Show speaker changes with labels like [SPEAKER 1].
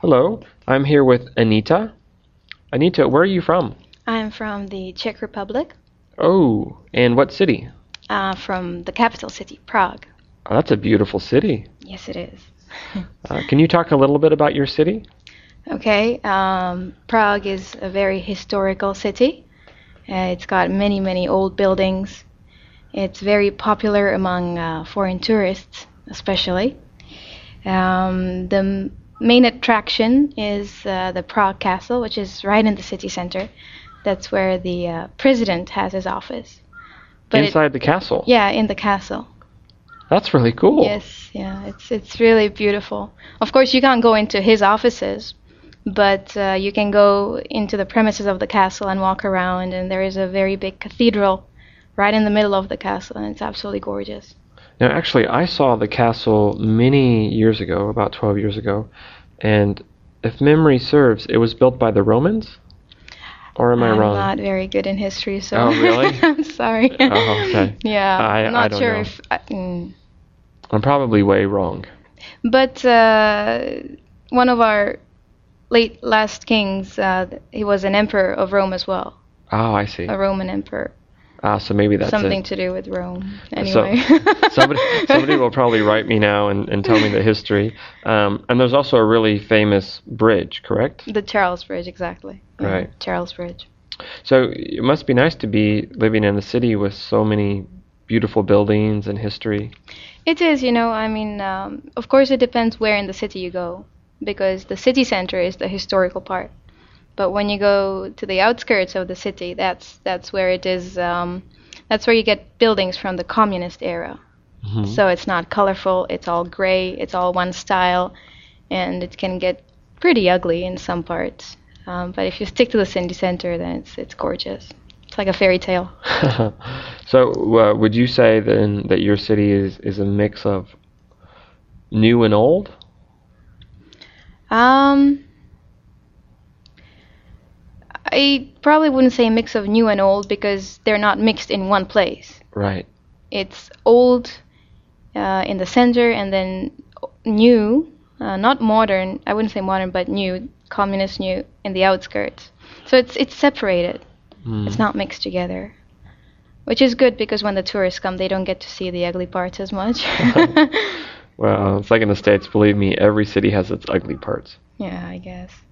[SPEAKER 1] Hello, I'm here with Anita. Anita, where are you from?
[SPEAKER 2] I'm from the Czech Republic,
[SPEAKER 1] Oh, and what city?
[SPEAKER 2] uh, from the capital city, Prague.
[SPEAKER 1] Oh, that's a beautiful city.
[SPEAKER 2] Yes, it is.
[SPEAKER 1] Uh, can you talk a little bit about your city?
[SPEAKER 2] Okay, um, Prague is a very historical city. Uh, it's got many, many old buildings. It's very popular among uh, foreign tourists, especially. Um, the m- main attraction is uh, the Prague Castle, which is right in the city center. That's where the uh, president has his office. But it-
[SPEAKER 1] Inside the castle.
[SPEAKER 2] yeah, in the castle.
[SPEAKER 1] That's really cool.
[SPEAKER 2] Yes, yeah, it's it's really beautiful. Of course, you can't go into his offices, but uh, you can go into the premises of the castle and walk around. And there is a very big cathedral right in the middle of the castle, and it's absolutely gorgeous.
[SPEAKER 1] Now, actually, I saw the castle many years ago, about 12 years ago, and if memory serves, it was built by the Romans? Or am I
[SPEAKER 2] I'm
[SPEAKER 1] wrong?
[SPEAKER 2] not very good in history, so
[SPEAKER 1] Oh, really?
[SPEAKER 2] I'm sorry.
[SPEAKER 1] Oh, okay.
[SPEAKER 2] yeah,
[SPEAKER 1] I- I
[SPEAKER 2] am not
[SPEAKER 1] don't
[SPEAKER 2] sure
[SPEAKER 1] know.
[SPEAKER 2] if. I, mm.
[SPEAKER 1] I'm probably way wrong.
[SPEAKER 2] But uh, one of our late last kings, uh, he was an emperor of Rome as well,
[SPEAKER 1] Oh, I see.
[SPEAKER 2] a Roman emperor.
[SPEAKER 1] Ah, so maybe that's
[SPEAKER 2] something
[SPEAKER 1] it.
[SPEAKER 2] to do with Rome.
[SPEAKER 1] So-
[SPEAKER 2] Anyway,
[SPEAKER 1] somebody, somebody will probably write me now and, and tell me the history. Um, and there's also a really famous bridge, correct?
[SPEAKER 2] the Charles Bridge, exactly. Mhm,
[SPEAKER 1] Right.
[SPEAKER 2] Charles Bridge.
[SPEAKER 1] So it must be nice to be living in a city with so many beautiful buildings and history.
[SPEAKER 2] It is, you know. I mean, um, of course, it depends where in the city you go, because the city center is the historical part. But when you go to the outskirts of the city, that's that's where it is. Um, that's where you get buildings from the communist era.
[SPEAKER 1] Mhm.
[SPEAKER 2] So it's not colorful. It's all gray. It's all one style, and it can get pretty ugly in some parts. Um, but if you stick to the city center, then it's it's gorgeous. It's like a fairy tale.
[SPEAKER 1] so uh, would you say then that your city is, is a mix of new and old?
[SPEAKER 2] Um, I probably wouldn't say a mix of new and old because they're not mixed in one place.
[SPEAKER 1] Right.
[SPEAKER 2] It's old uh, in the center, and then new, uh, not modern. I wouldn't say modern, but new, communist new in the outskirts. So it's it's separated.
[SPEAKER 1] Mm.
[SPEAKER 2] It's not mixed together. Which is good because when the tourists come, they don't get to see the ugly parts as much.
[SPEAKER 1] Well, it's like in the States, believe me, every city has its ugly parts.
[SPEAKER 2] yeah, I guess.